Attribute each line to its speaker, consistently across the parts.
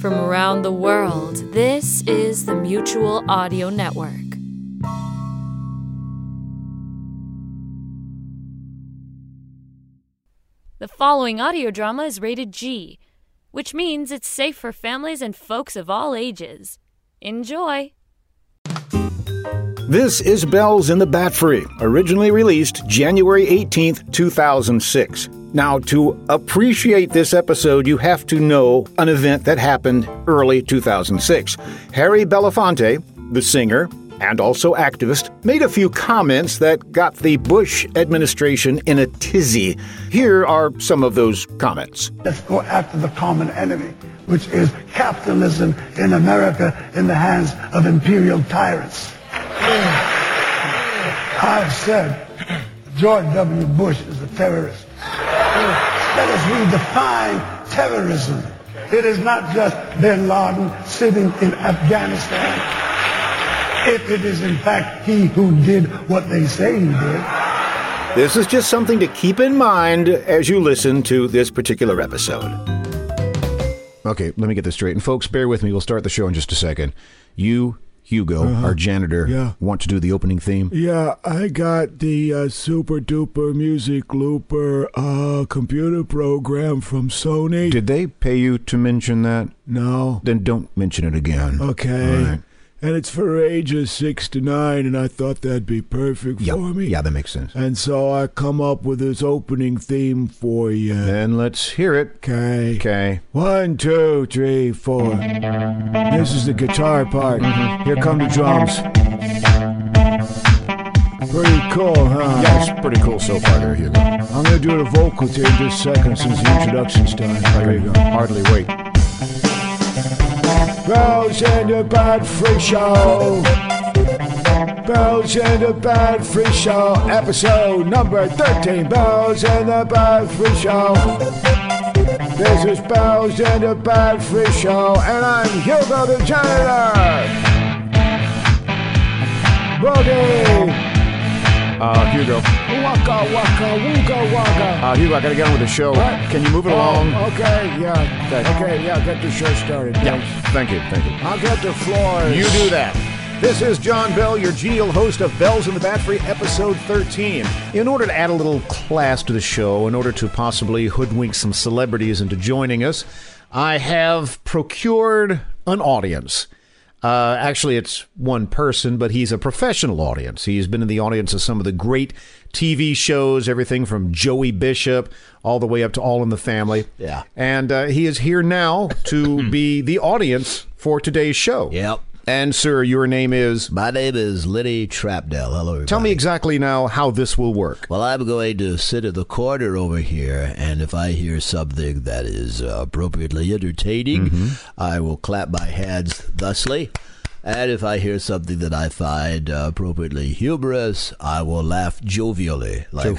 Speaker 1: From around the world, this is the Mutual Audio Network. The following audio drama is rated G, which means it's safe for families and folks of all ages. Enjoy!
Speaker 2: This is Bells in the Bat Free, originally released January 18th, 2006. Now, to appreciate this episode, you have to know an event that happened early 2006. Harry Belafonte, the singer and also activist, made a few comments that got the Bush administration in a tizzy. Here are some of those comments.
Speaker 3: Let's go after the common enemy, which is capitalism in America in the hands of imperial tyrants. I've said George W. Bush is a terrorist. Let us redefine terrorism. It is not just bin Laden sitting in Afghanistan. If it is in fact he who did what they say he did,
Speaker 2: This is just something to keep in mind as you listen to this particular episode.
Speaker 4: Okay, let me get this straight. And folks, bear with me. We'll start the show in just a second. You, Hugo, our janitor,
Speaker 5: Uh-huh. Yeah.
Speaker 4: want to do the opening theme?
Speaker 5: Yeah, I got the uh, super duper music looper uh, computer program from Sony.
Speaker 4: Did they pay you to mention that?
Speaker 5: no.
Speaker 4: Then don't mention it again.
Speaker 5: Okay.
Speaker 4: All right.
Speaker 5: And it's for ages six to nine, and I thought that'd be perfect
Speaker 4: Yeah.
Speaker 5: for me. Uh,
Speaker 4: Yeah, that makes sense.
Speaker 5: And so I come up with this opening theme for you.
Speaker 4: Then let's hear it.
Speaker 5: Okay.
Speaker 4: Okay.
Speaker 5: One, two, three, four. This is the guitar part. Here come the drums. Pretty cool, huh?
Speaker 4: Yeah, it's pretty cool so far there, Hugo.
Speaker 5: I'm gonna do the vocals here in just a second since the introduction's done. Here we go.
Speaker 4: Hardly wait.
Speaker 5: Bells in the Bad Free Show. Bells in the Bad Free Show. Episode number 13. Bells in the Bad Free Show. This is Bells in the Bad Free Show, and I'm Hugo the Janitor. Boogie.
Speaker 4: Uh, Hugo.
Speaker 5: Waka waka wooga waka.
Speaker 4: Uh, Hugo, I gotta get on with the show.
Speaker 5: What?
Speaker 4: Can you move it along?
Speaker 5: Oh, okay, yeah.
Speaker 4: Okay.
Speaker 5: Okay, yeah, get the show started.
Speaker 4: Yeah. Thank you. Thank you.
Speaker 5: I'll get the floors.
Speaker 4: You do that. This is John Bell, your genial host of Bells in the Bat Free, episode 13. In order to add a little class to the show, in order to possibly hoodwink some celebrities into joining us, I have procured an audience. Uh, actually, it's one person, but he's a professional audience. He's been in the audience of some of the great TV shows, everything from Joey Bishop all the way up to All in the Family.
Speaker 6: Yeah.
Speaker 4: And uh, he is here now to be the audience for today's show.
Speaker 6: Yep.
Speaker 4: And sir, your name is.
Speaker 6: My name is Lenny Trapdell. Hello, everybody.
Speaker 4: Tell me exactly now how this will work.
Speaker 6: Well, I'm going to sit in the corner over here, and if I hear something that is uh, appropriately entertaining,
Speaker 4: Mm-hmm.
Speaker 6: I will clap my hands thusly. And if I hear something that I find uh, appropriately humorous, I will laugh jovially, like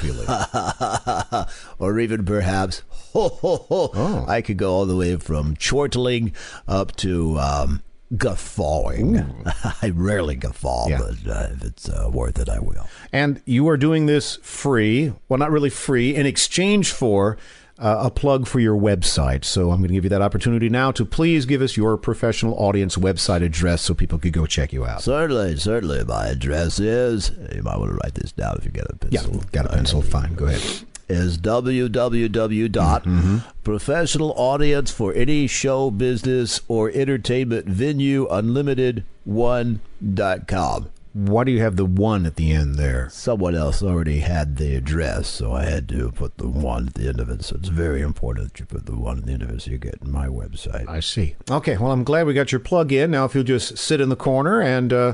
Speaker 6: or even perhaps ho ho ho.
Speaker 4: Oh.
Speaker 6: I could go all the way from chortling up to um, guffawing. I rarely guffaw,
Speaker 4: Yeah.
Speaker 6: but uh, if it's uh, worth it, I will.
Speaker 4: And you are doing this free. Well, not really free, in exchange for uh, a plug for your website. So I'm going to give you that opportunity now to please give us your professional audience website address so people could go check you out.
Speaker 6: Certainly, certainly. My address is. You might want to write this down if you got a
Speaker 4: yeah,
Speaker 6: pencil.
Speaker 4: got a pencil. Fine, go ahead.
Speaker 6: Is www dot
Speaker 4: Mm-hmm.
Speaker 6: professional audience for any show business or entertainment venue unlimited one dot com.
Speaker 4: Why do you have the one at the end there?
Speaker 6: Someone else already had the address, so I had to put the one at the end of it. So it's very important that you put the one at the end of it so you get my website.
Speaker 4: I see. Okay, well, I'm glad we got your plug in. Now, if you'll just sit in the corner and uh,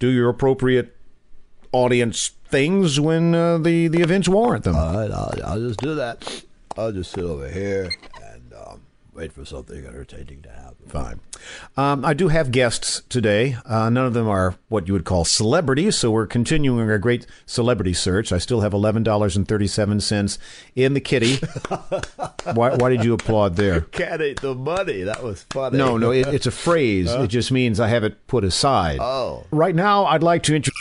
Speaker 4: do your appropriate audience things when uh, the, the events warrant them.
Speaker 6: All right, I'll, I'll just do that. I'll just sit over here and um, wait for something entertaining to happen.
Speaker 4: Fine. Um, I do have guests today. Uh, none of them are what you would call celebrities, so we're continuing our great celebrity search. I still have $11.37 in the kitty. why, why did you applaud there?
Speaker 6: Cat ate the money. That was funny.
Speaker 4: No, no, it, it's a phrase. It just means I have it put aside.
Speaker 6: Oh.
Speaker 4: Right now, I'd like to introduce.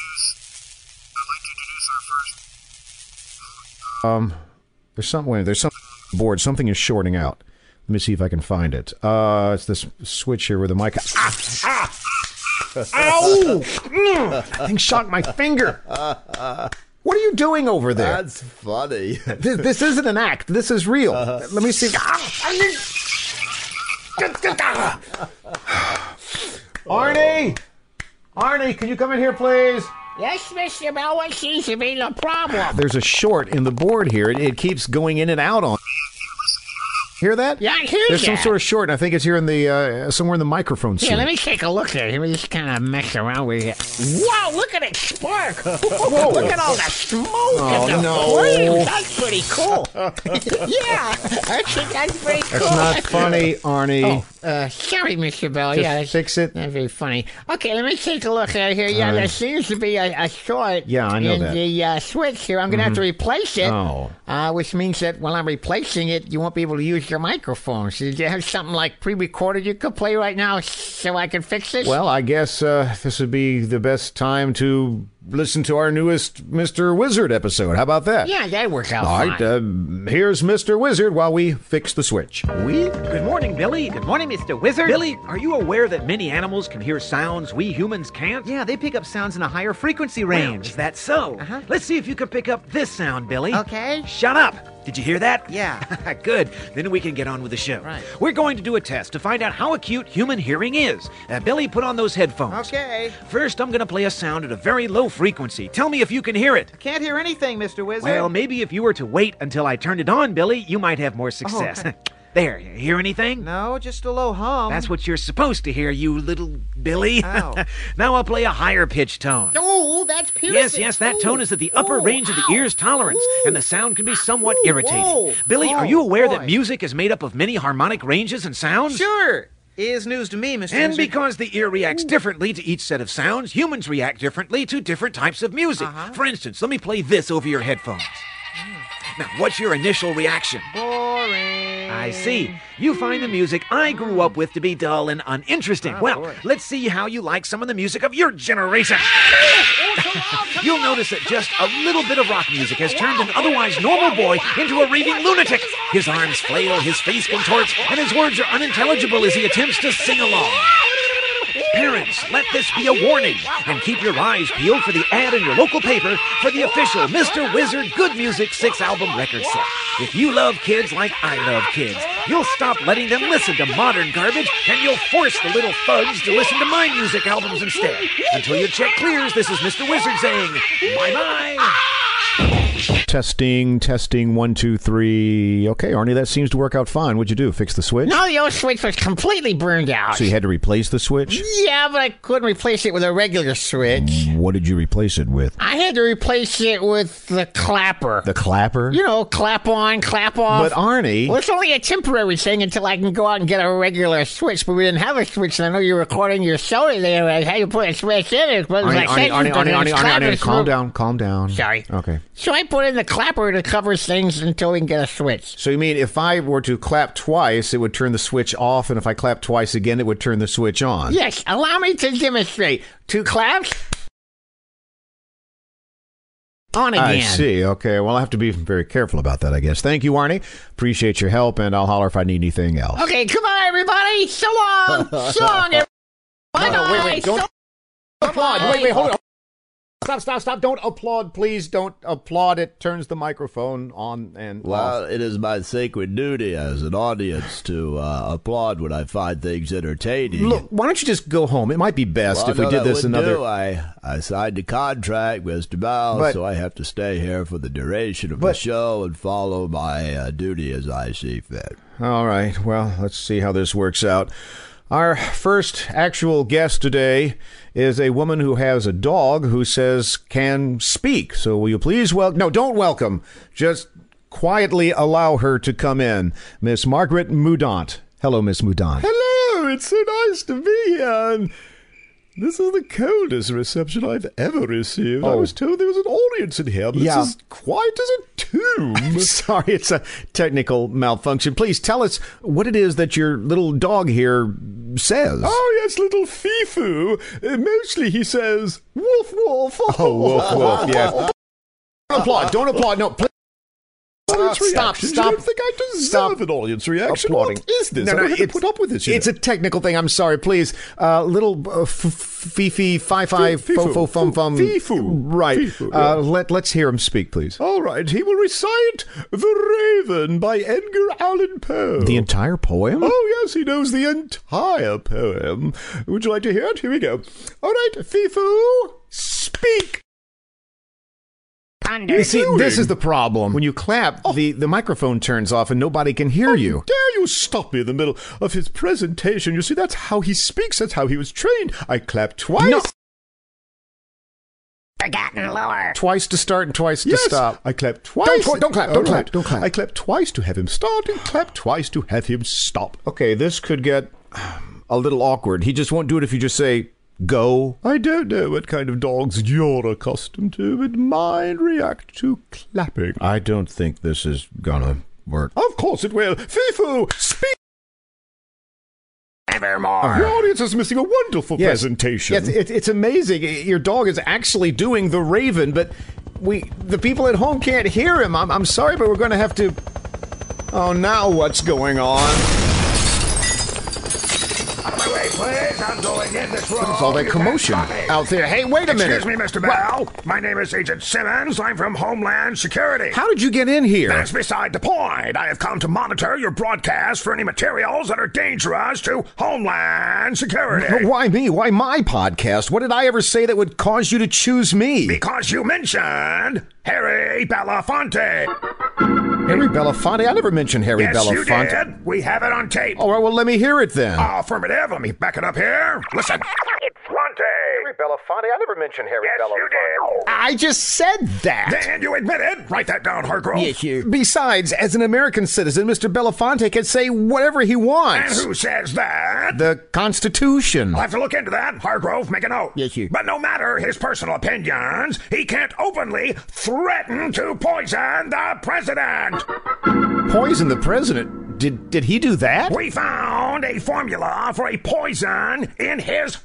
Speaker 4: Um, there's something. There's something on the board. Something is shorting out. Let me see if I can find it. Uh, it's this switch here where the mic. Ah! Ah! Ow! Mm! That thing shocked my finger. What are you doing over there?
Speaker 6: That's funny.
Speaker 4: This, this isn't an act. This is real. Let me see. Arnie! Arnie, can you come in here, please?
Speaker 7: Yes, Mr. Bell, what seems to be the problem?
Speaker 4: There's a short in the board here. It, it keeps going in and out on. Hear that?
Speaker 7: Yeah, I hear
Speaker 4: There's some
Speaker 7: that.
Speaker 4: sort of short, and I think it's here in the uh, somewhere in the microphone.
Speaker 7: Here,
Speaker 4: suite.
Speaker 7: let me take a look at it. Let me just kind of mess around with it. Wow, look at it spark! Whoa, look at all the smoke oh, and the
Speaker 4: no.
Speaker 7: flames. That's pretty cool. yeah, I think that's pretty cool.
Speaker 4: That's not funny, Arnie.
Speaker 7: Uh, sorry, Mr. Bell.
Speaker 4: Just
Speaker 7: yeah, that's
Speaker 4: fix it.
Speaker 7: not very funny. Okay, let me take a look at it here. Yeah,
Speaker 4: All right.
Speaker 7: there seems to be a, a short
Speaker 4: Yeah, I know
Speaker 7: in
Speaker 4: that. Mm-hmm.
Speaker 7: the uh, switch here. I'm going to have to replace it,
Speaker 4: Oh.
Speaker 7: uh, which means that while I'm replacing it, you won't be able to use your microphone. So do you have something like pre-recorded you could play right now so I can fix this?
Speaker 4: Well, I guess uh, this would be the best time to listen to our newest Mr. Wizard episode. How about that?
Speaker 7: yeah, that works out
Speaker 4: All
Speaker 7: fine.
Speaker 4: right, uh, here's Mr. Wizard while we fix the switch.
Speaker 8: We? Good morning, Billy. Good morning, Mr. Wizard. Billy, are you aware that many animals can hear sounds we humans can't? Yeah, they pick up sounds in a higher frequency range. is that so? Uh-huh. Let's see if you can pick up this sound, Billy.
Speaker 7: Okay.
Speaker 8: Shut up! Did you hear that?
Speaker 9: Yeah.
Speaker 8: Good. Then we can get on with the show.
Speaker 7: Right.
Speaker 8: We're going to do a test to find out how acute human hearing is. Uh, Billy, put on those headphones.
Speaker 9: Okay.
Speaker 8: First, I'm going to play a sound at a very low frequency. Tell me if you can hear it.
Speaker 9: Can't hear anything, Mr. Wizard.
Speaker 8: Well, maybe if you were to wait until I turned it on, Billy, you might have more success. there, you hear anything?
Speaker 9: no, Oh, just a low hum.
Speaker 8: That's what you're supposed to hear, you little Billy.
Speaker 9: Ow.
Speaker 8: now I'll play a higher pitch tone.
Speaker 7: Oh, that's piercing.
Speaker 8: Yes, yes, that tone is at the upper range of the ear's tolerance, and the sound can be somewhat irritating.
Speaker 9: whoa.
Speaker 8: Billy, are
Speaker 9: Oh,
Speaker 8: you aware that
Speaker 9: boy.
Speaker 8: music is made up of many harmonic ranges and sounds?
Speaker 9: sure is news to me, Mr.
Speaker 8: And
Speaker 9: Wizard.
Speaker 8: because the ear reacts differently to each set of sounds, humans react differently to different types of music. For instance, let me play this over your headphones. Now, what's your initial reaction?
Speaker 9: boring.
Speaker 8: I see. You find the music I grew up with to be dull and uninteresting. well, let's see how you like some of the music of your generation. You'll notice that just a little bit of rock music has turned an otherwise normal boy into a raving lunatic. His arms flail, his face contorts, and his words are unintelligible as he attempts to sing along. Parents, let this be a warning, and keep your eyes peeled for the ad in your local paper for the official Mr. Wizard Good Music six album record set. If you love kids like I love kids, you'll stop letting them listen to modern garbage, and you'll force the little thugs to listen to my music albums instead. Until your check clears, this is Mr. Wizard saying, bye bye.
Speaker 4: Testing, testing, one, two, three. Okay, Arnie, that seems to work out fine. What'd you do? Fix the switch?
Speaker 7: No, the old switch was completely burned out.
Speaker 4: So you had to replace the switch?
Speaker 7: yeah, but I couldn't replace it with a regular switch.
Speaker 4: What did you replace it with?
Speaker 7: I had to replace it with the clapper.
Speaker 4: The clapper?
Speaker 7: you know, clap on, clap off.
Speaker 4: But Arnie,
Speaker 7: Well, it's only a temporary thing until I can go out and get a regular switch. But we didn't have a switch, and I know you're recording your show there. And how you put a switch in it? But
Speaker 4: Arnie,
Speaker 7: like
Speaker 4: Arnie, Arnie, Arnie, Arnie, Arnie, Arnie, calm down, calm down.
Speaker 7: Sorry.
Speaker 4: Okay.
Speaker 7: So I put in the clapper to cover things until we can get a switch.
Speaker 4: So you mean if I were to clap twice, it would turn the switch off, and if I clap twice again, it would turn the switch on?
Speaker 7: Yes, allow me to demonstrate. Two claps. On again.
Speaker 4: I see. Okay. Well, I have to be very careful about that, I guess. Thank you, Arnie. Appreciate your help, and I'll holler if I need anything else.
Speaker 7: Okay, come on, everybody. So long. So long, everybody. Bye bye.
Speaker 4: wait, wait, don't-
Speaker 7: So-
Speaker 4: applaud. Wait, wait, hold on. Stop, stop, stop. Don't applaud, please. Don't applaud. It turns the microphone on and
Speaker 6: Well,
Speaker 4: off.
Speaker 6: it is my sacred duty as an audience to uh, applaud when I find things entertaining.
Speaker 4: Look, why don't you just go home? It might be best
Speaker 6: Well,
Speaker 4: if we
Speaker 6: no,
Speaker 4: did
Speaker 6: that
Speaker 4: this
Speaker 6: wouldn't
Speaker 4: another.
Speaker 6: do. I, I signed a contract, Mr. Bell,
Speaker 4: But-
Speaker 6: so I have to stay here for the duration of the
Speaker 4: But-
Speaker 6: show and follow my uh, duty as I see fit.
Speaker 4: All right. Well, let's see how this works out. Our first actual guest today is a woman who has a dog who says can speak. So will you please welcome? No, don't welcome. Just quietly allow her to come in. Miss Margaret Mudant. Hello, Miss Mudant.
Speaker 10: Hello, Oh, it's so nice to be here. And this is the coldest reception I've ever received. I
Speaker 4: Oh.
Speaker 10: was told there was an audience in here, but
Speaker 4: Yeah.
Speaker 10: this is quite as a tomb.
Speaker 4: I'm sorry, it's a technical malfunction. Please tell us what it is that your little dog here says.
Speaker 10: oh, yes, little Fifu. Uh, mostly he says, woof, woof.
Speaker 4: Oh, woof, woof, yes. Don't applaud. Don't applaud. No, please.
Speaker 6: audience
Speaker 5: Uh, stop,
Speaker 6: reactions.
Speaker 5: stop.
Speaker 6: You don't think I deserve
Speaker 5: Stop
Speaker 6: an audience reaction?
Speaker 5: applauding.
Speaker 6: What is this?
Speaker 5: No,
Speaker 6: I
Speaker 5: no,
Speaker 6: don't have to
Speaker 5: it's-
Speaker 6: put up with this. you
Speaker 5: it's a
Speaker 6: know.
Speaker 5: technical thing. I'm sorry. Please, uh, little uh, f- fifi, fi fi,
Speaker 6: Fee-
Speaker 5: fo
Speaker 6: fifu.
Speaker 5: fo fum fum.
Speaker 6: Fifu.
Speaker 5: Right.
Speaker 6: Fifu,
Speaker 5: uh,
Speaker 6: yeah.
Speaker 5: let Let's hear him speak, please.
Speaker 6: All right, he will recite The Raven by Edgar Allan Poe.
Speaker 5: The entire poem.
Speaker 6: Oh, yes, he knows the entire poem. Would you like to hear it? Here we go. All right, Fifu, speak.
Speaker 7: Ponder.
Speaker 5: You see,
Speaker 6: doing?
Speaker 5: this is the problem. When you clap,
Speaker 10: oh.
Speaker 5: the, the microphone turns off and nobody can hear you.
Speaker 6: Dare you stop me in the middle of his presentation? You see, that's how he speaks. That's how he was trained. I clap twice.
Speaker 5: No.
Speaker 7: Forgotten lore.
Speaker 5: Twice to start and twice
Speaker 6: Yes,
Speaker 5: to stop.
Speaker 6: I clap twice.
Speaker 5: twi- don't clap, don't
Speaker 6: All
Speaker 5: clap, don't clap.
Speaker 6: I clap twice to have him start and clap twice to have him stop.
Speaker 5: Okay, this could get um, a little awkward. He just won't do it if you just say go.
Speaker 6: I don't know what kind of dogs you're accustomed to, but mine react to clapping.
Speaker 5: I don't think this is gonna work.
Speaker 6: Of course it will. Fifu, speak.
Speaker 7: Evermore.
Speaker 6: Your audience is missing a wonderful
Speaker 5: Yes.
Speaker 6: presentation.
Speaker 5: Yes, it, it's amazing. Your dog is actually doing the Raven, but we the people at home can't hear him. I'm, I'm sorry, but we're going to have to. Oh, now what's going on?
Speaker 4: Please, I'm going in this room.
Speaker 5: It's all that commotion out there. Hey, wait a minute.
Speaker 4: Excuse me, Mr. Bell. My name is Agent Simmons. I'm from Homeland Security.
Speaker 5: How did you get in here?
Speaker 4: That's beside the point. I have come to monitor your broadcast for any materials that are dangerous to Homeland Security.
Speaker 5: But why me? Why my podcast? What did I ever say that would cause you to choose me?
Speaker 4: Because you mentioned Harry Belafonte.
Speaker 5: Harry Belafonte? I never mentioned Harry
Speaker 4: yes,
Speaker 5: Belafonte. Oh.
Speaker 4: you did. We have it on tape.
Speaker 5: All right, well, let me hear it then.
Speaker 6: Ah.
Speaker 4: Affirmative. Let me back it up here. Listen. Fonte.
Speaker 5: Belafonte? I never mentioned Harry
Speaker 4: Yes, you did.
Speaker 5: I just said that.
Speaker 4: And you admit it. Write that down, Hargrove.
Speaker 7: you.
Speaker 5: Besides, as an American citizen, Mr. Belafonte can say whatever he
Speaker 4: And
Speaker 5: wants.
Speaker 4: who says that?
Speaker 5: The Constitution.
Speaker 4: I'll have to look into that. Hargrove, make a note.
Speaker 7: Yes, sir.
Speaker 4: But no matter his personal opinions, he can't openly threaten to poison the president.
Speaker 5: Poison the president. Did did he do that?
Speaker 4: We found a formula for a poison in his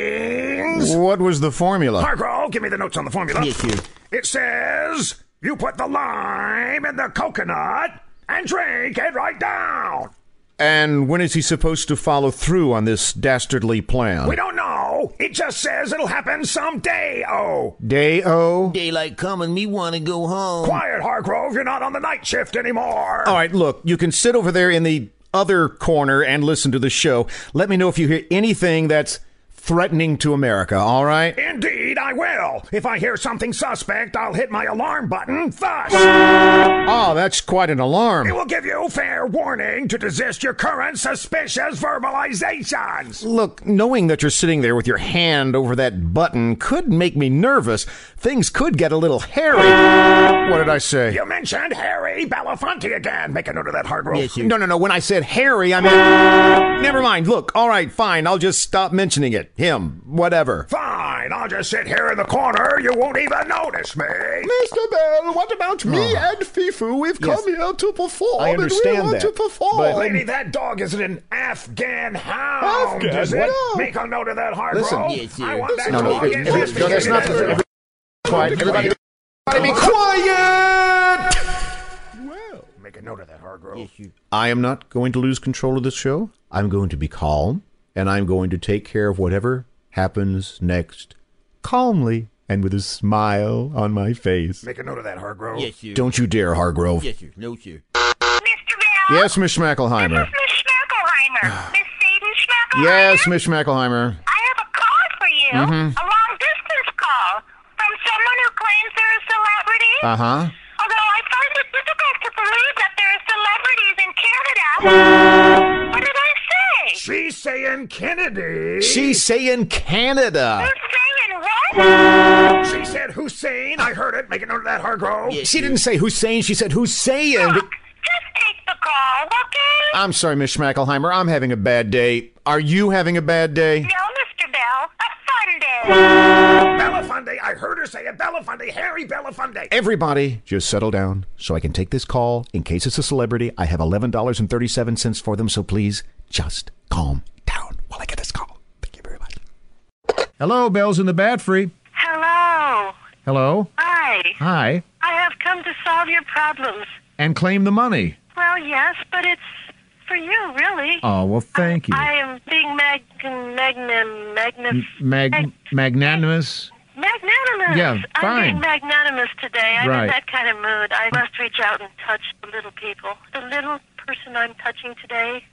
Speaker 4: writings.
Speaker 5: What was the formula?
Speaker 4: Hargrove, give me the notes on the formula.
Speaker 7: Yes, sir.
Speaker 4: It says you put the lime in the coconut and drink it right down.
Speaker 5: And when is he supposed to follow through on this dastardly
Speaker 4: We
Speaker 5: plan?
Speaker 4: don't know. It just says it'll happen someday. Oh,
Speaker 5: Day O.
Speaker 7: Daylight coming, me want to go home.
Speaker 4: quiet, Hargrove. You're not on the night shift anymore.
Speaker 5: All right, look, you can sit over there in the other corner and listen to the show. Let me know if you hear anything that's threatening to America, all right?
Speaker 4: Indeed, I will. If I hear something suspect, I'll hit my alarm button. Thus,
Speaker 5: Oh, that's quite an
Speaker 4: it
Speaker 5: alarm.
Speaker 4: will give you fair warning to desist your current suspicious verbalizations.
Speaker 5: Look, knowing that you're sitting there with your hand over that button could make me nervous. Things could get a little hairy. What did I say?
Speaker 4: You mentioned Harry Belafonte again. Make a note of that, Hargrove.
Speaker 7: Yes, you.
Speaker 5: No, no, no. When I said Harry, I meant. Never mind. Look, all right, fine. I'll just stop mentioning it. Him, whatever.
Speaker 4: Fine, I'll just sit here in the corner. You won't even notice me.
Speaker 6: Mr. Bell, what about me and Fifu? We've come here to perform,
Speaker 5: Oh. I
Speaker 6: and we
Speaker 5: understand
Speaker 6: want
Speaker 5: that,
Speaker 6: to perform.
Speaker 5: but-
Speaker 4: Lady, that dog isn't an Afghan hound,
Speaker 6: Afghan?
Speaker 4: is it?
Speaker 6: What?
Speaker 4: Make a note of that, Hargrove.
Speaker 5: Listen.
Speaker 7: Yes, you.
Speaker 4: I want that
Speaker 5: No, no,
Speaker 4: dog
Speaker 5: it-
Speaker 4: in
Speaker 5: it-
Speaker 4: this
Speaker 5: no, that's not the-
Speaker 4: meeting.
Speaker 5: every- Quiet. Everybody, everybody be quiet!
Speaker 4: Make a note of that, Hargrove.
Speaker 5: I am not going to lose control of this show. I'm going to be calm, and I'm going to take care of whatever happens next calmly and with a smile on my face.
Speaker 4: Make a note of that, Hargrove.
Speaker 7: Yes, you.
Speaker 5: Don't you dare, Hargrove.
Speaker 7: Yes, you. No, sir.
Speaker 11: Mr. Bell?
Speaker 5: Yes, Miss Schmackelheimer.
Speaker 11: Miss Schmackelheimer. Miss Sadie Schmackelheimer?
Speaker 5: Yes, Miss Schmackelheimer.
Speaker 11: I have a call for you. A long distance call from someone who claims they're a celebrity.
Speaker 5: Uh huh.
Speaker 11: Although I find it difficult to believe that there are celebrities in Canada. What did I say?
Speaker 4: She's saying Kennedy.
Speaker 5: She's saying Canada.
Speaker 11: Who's saying what?
Speaker 4: She said Hussein. I heard it. Make a note of that, Ah. Hargrove.
Speaker 7: Yes,
Speaker 5: She didn't say Hussein. She said Hussein.
Speaker 11: Look, just take the call, okay?
Speaker 5: I'm sorry, Miss Schmackelheimer. I'm having a bad day. Are you having a bad day?
Speaker 11: no, Mr. Bell. A fun day.
Speaker 4: Belafonte. I heard her say it. Belafonte. Harry Belafonte.
Speaker 5: Everybody, just settle down so I can take this call. In case it's a celebrity, I have $11.37 for them, so please just calm down while I get this call. Thank you very much. Hello, Bells in the Bad Free.
Speaker 11: Hello.
Speaker 5: Hello.
Speaker 11: Hi.
Speaker 5: Hi.
Speaker 11: I have come to solve your problems.
Speaker 4: and claim the money.
Speaker 11: Well, yes, but it's for you, really.
Speaker 4: Oh, well, thank you.
Speaker 11: I am being mag, magnum, magnif-
Speaker 4: Mag- magnanimous.
Speaker 11: magnanimous.
Speaker 4: Yeah,
Speaker 11: I'm
Speaker 4: fine.
Speaker 11: being magnanimous today. I'm
Speaker 4: Right.
Speaker 11: in that kind of mood. I must reach out and touch the little people. The little person I'm touching today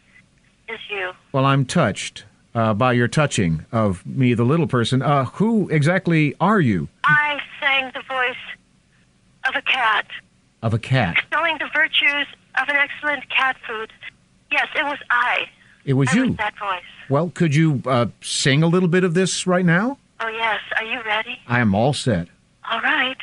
Speaker 11: is you.
Speaker 4: Well, I'm touched uh, by your touching of me, the little person. Uh, who exactly are you?
Speaker 11: I sang the voice of a cat,
Speaker 4: Of a cat.
Speaker 11: extolling the virtues of an excellent cat food. Yes, it was I.
Speaker 4: It was
Speaker 11: I
Speaker 4: you.
Speaker 11: Was that voice.
Speaker 4: Well, could you uh, sing a little bit of this right now?
Speaker 11: Oh, yes. Are you ready?
Speaker 4: I am all set.
Speaker 11: All right.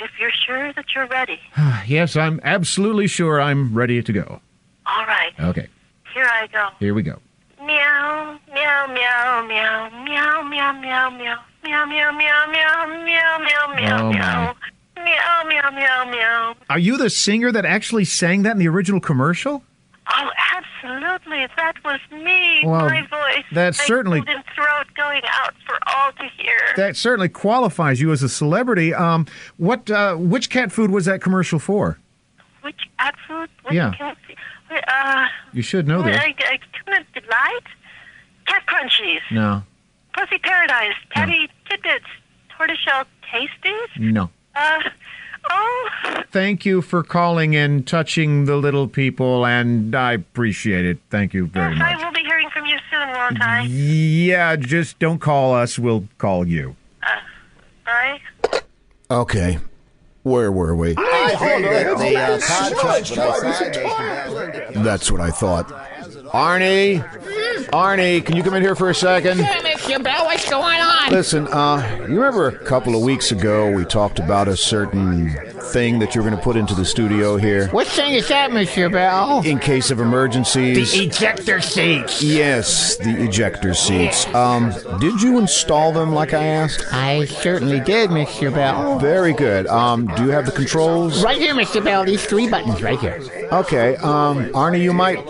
Speaker 11: If you're sure that you're ready.
Speaker 4: yes, I'm absolutely sure I'm ready to go.
Speaker 11: All right.
Speaker 4: Okay,
Speaker 11: Here I go.
Speaker 4: here we go.
Speaker 11: Meow, meow, meow, meow, meow, meow, meow, meow, meow, meow, meow, meow, meow, meow, meow,
Speaker 4: Oh, my.
Speaker 11: meow. Meow, meow, meow, meow.
Speaker 4: Are you the singer that actually sang that in the original commercial?
Speaker 11: Oh, absolutely. That was me.
Speaker 4: Well,
Speaker 11: my voice.
Speaker 4: that
Speaker 11: my
Speaker 4: certainly-
Speaker 11: golden throat going out for all to hear.
Speaker 4: That certainly qualifies you as a celebrity. Um, what? Uh, which cat food was that commercial for?
Speaker 11: Which absolute. Which
Speaker 4: Yeah. Oh,
Speaker 11: Cat, uh,
Speaker 4: You should know this.
Speaker 11: I, I, Tuna Delight? Cat Crunchies.
Speaker 4: No,
Speaker 11: Pussy Paradise. Patty Tidbits. Tortoiseshell Tasties.
Speaker 4: no.
Speaker 11: Uh, oh,
Speaker 4: Thank you for calling and touching the little people, and I appreciate it. Thank you very
Speaker 11: yes,
Speaker 4: much. Mm-hmm.
Speaker 11: I will be hearing from you soon, won't I?
Speaker 4: Yeah, just don't call us. We'll call you.
Speaker 11: Bye.
Speaker 6: Okay. Where were we? That's what I thought.
Speaker 4: Arnie, Arnie, can you come in here for a second?
Speaker 7: Mr. Bell, what's going on?
Speaker 4: Listen, uh, you remember a couple of weeks ago we talked about a certain thing that you were going to put into the studio here
Speaker 7: What thing is that, Mr. Bell?
Speaker 4: in case of emergencies.
Speaker 7: ejector seats.
Speaker 4: yes, the ejector seats. Um, did you install them like I asked?
Speaker 7: I certainly did, Mr. Bell.
Speaker 4: Very good. Um, do you have the controls?
Speaker 7: Right here, Mr. Bell. These three buttons right here.
Speaker 4: Okay. Um, Arnie, you might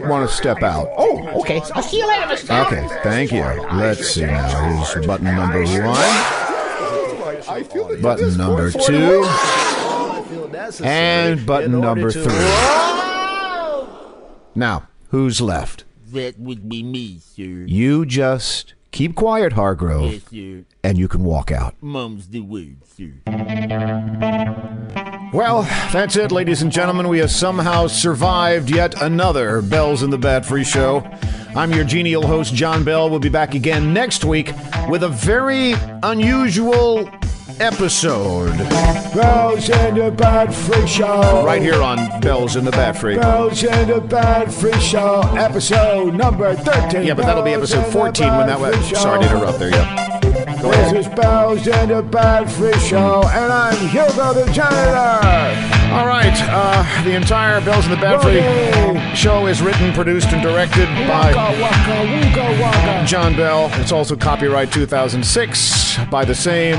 Speaker 4: want to step out.
Speaker 7: Oh, okay. I'll see you later, Mr. Bell.
Speaker 4: Okay, thank you. Let's see now. Here's button number one, button number two, and button number three. Now, who's left?
Speaker 6: That would be me, sir.
Speaker 4: You just keep quiet, Hargrove,
Speaker 6: sir.
Speaker 4: and you can walk out.
Speaker 6: Mum's the word, sir.
Speaker 4: Well, that's it, ladies and gentlemen. We have somehow survived yet another Bells in the Bat Free show. I'm your genial host, John Bell. We'll be back again next week with a very unusual episode
Speaker 5: Bells in the Bad Free Show.
Speaker 4: right here on Bells in the Bat Free.
Speaker 5: Bells in the Bad Free Show, episode number 13.
Speaker 4: Yeah, but that'll be
Speaker 5: Bells
Speaker 4: episode
Speaker 5: in the
Speaker 4: 14 when that
Speaker 5: Bad
Speaker 4: was.
Speaker 5: Free
Speaker 4: Sorry to
Speaker 5: Show.
Speaker 4: interrupt there, yeah. Go ahead.
Speaker 5: This is Bells in the Bad Free Show, and I'm Hugo the Janitor.
Speaker 4: All right, uh, the entire Bells in the Bat Free
Speaker 5: Rooney.
Speaker 4: show is written, produced, and directed by.
Speaker 5: Waka waka wooga waka.
Speaker 4: John Bell. It's also copyright 2006 by the same.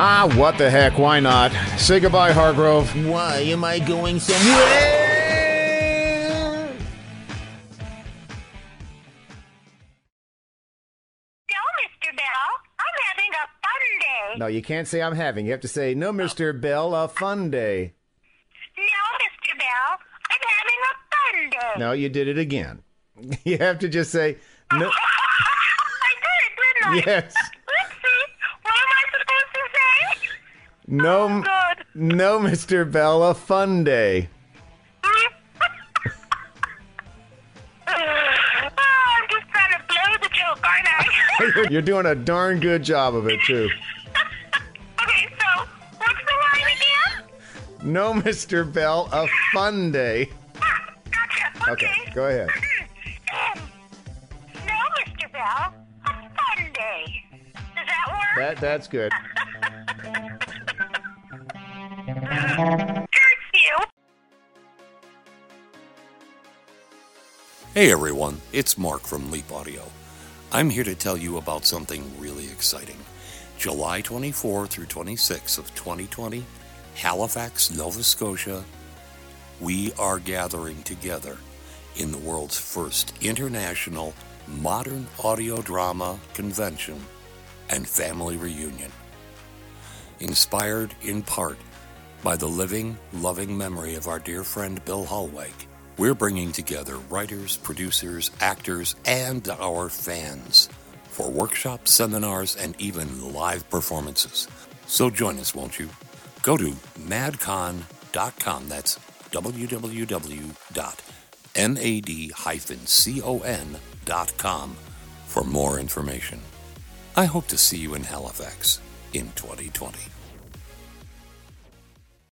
Speaker 4: Ah, what the heck? Why not? Say goodbye, Hargrove.
Speaker 6: Why am I going somewhere?
Speaker 11: No, Mr. Bell, I'm having a fun day.
Speaker 4: No, you can't say I'm having. You have to say, no, Mr. Bell, a fun day.
Speaker 11: No, Mr. Bell, I'm having a fun day.
Speaker 4: No, you did it again. You have to just say, no.
Speaker 11: Oh, I did, didn't I?
Speaker 4: Yes.
Speaker 11: Oopsie. What am I supposed to say?
Speaker 4: No,
Speaker 11: Good.
Speaker 4: no, Mr. Bell, a fun day.
Speaker 11: oh, I'm just trying to blow the joke, aren't I?
Speaker 4: You're doing a darn good job of it, too.
Speaker 11: okay, so what's the line again?
Speaker 4: No, Mr. Bell, a fun day.
Speaker 11: Ah, gotcha.
Speaker 4: Okay,
Speaker 11: Okay.
Speaker 4: go ahead.
Speaker 11: no, Mr. Bell, a fun day. Does that work?
Speaker 4: That, that's good.
Speaker 11: Hurts you.
Speaker 12: Hey everyone, it's Mark from Leap Audio. I'm here to tell you about something really exciting. July 24 through 26 of 2020, Halifax, Nova Scotia, we are gathering together in the world's first international modern audio drama convention and family reunion. Inspired in part
Speaker 8: by the living, loving memory of our dear friend Bill Hallwake. We're bringing together writers, producers, actors, and our fans for workshops, seminars, and even live performances. So join us, won't you? Go to madcon.com. That's www.mad-con.com for more information. I hope to see you in Halifax in 2020.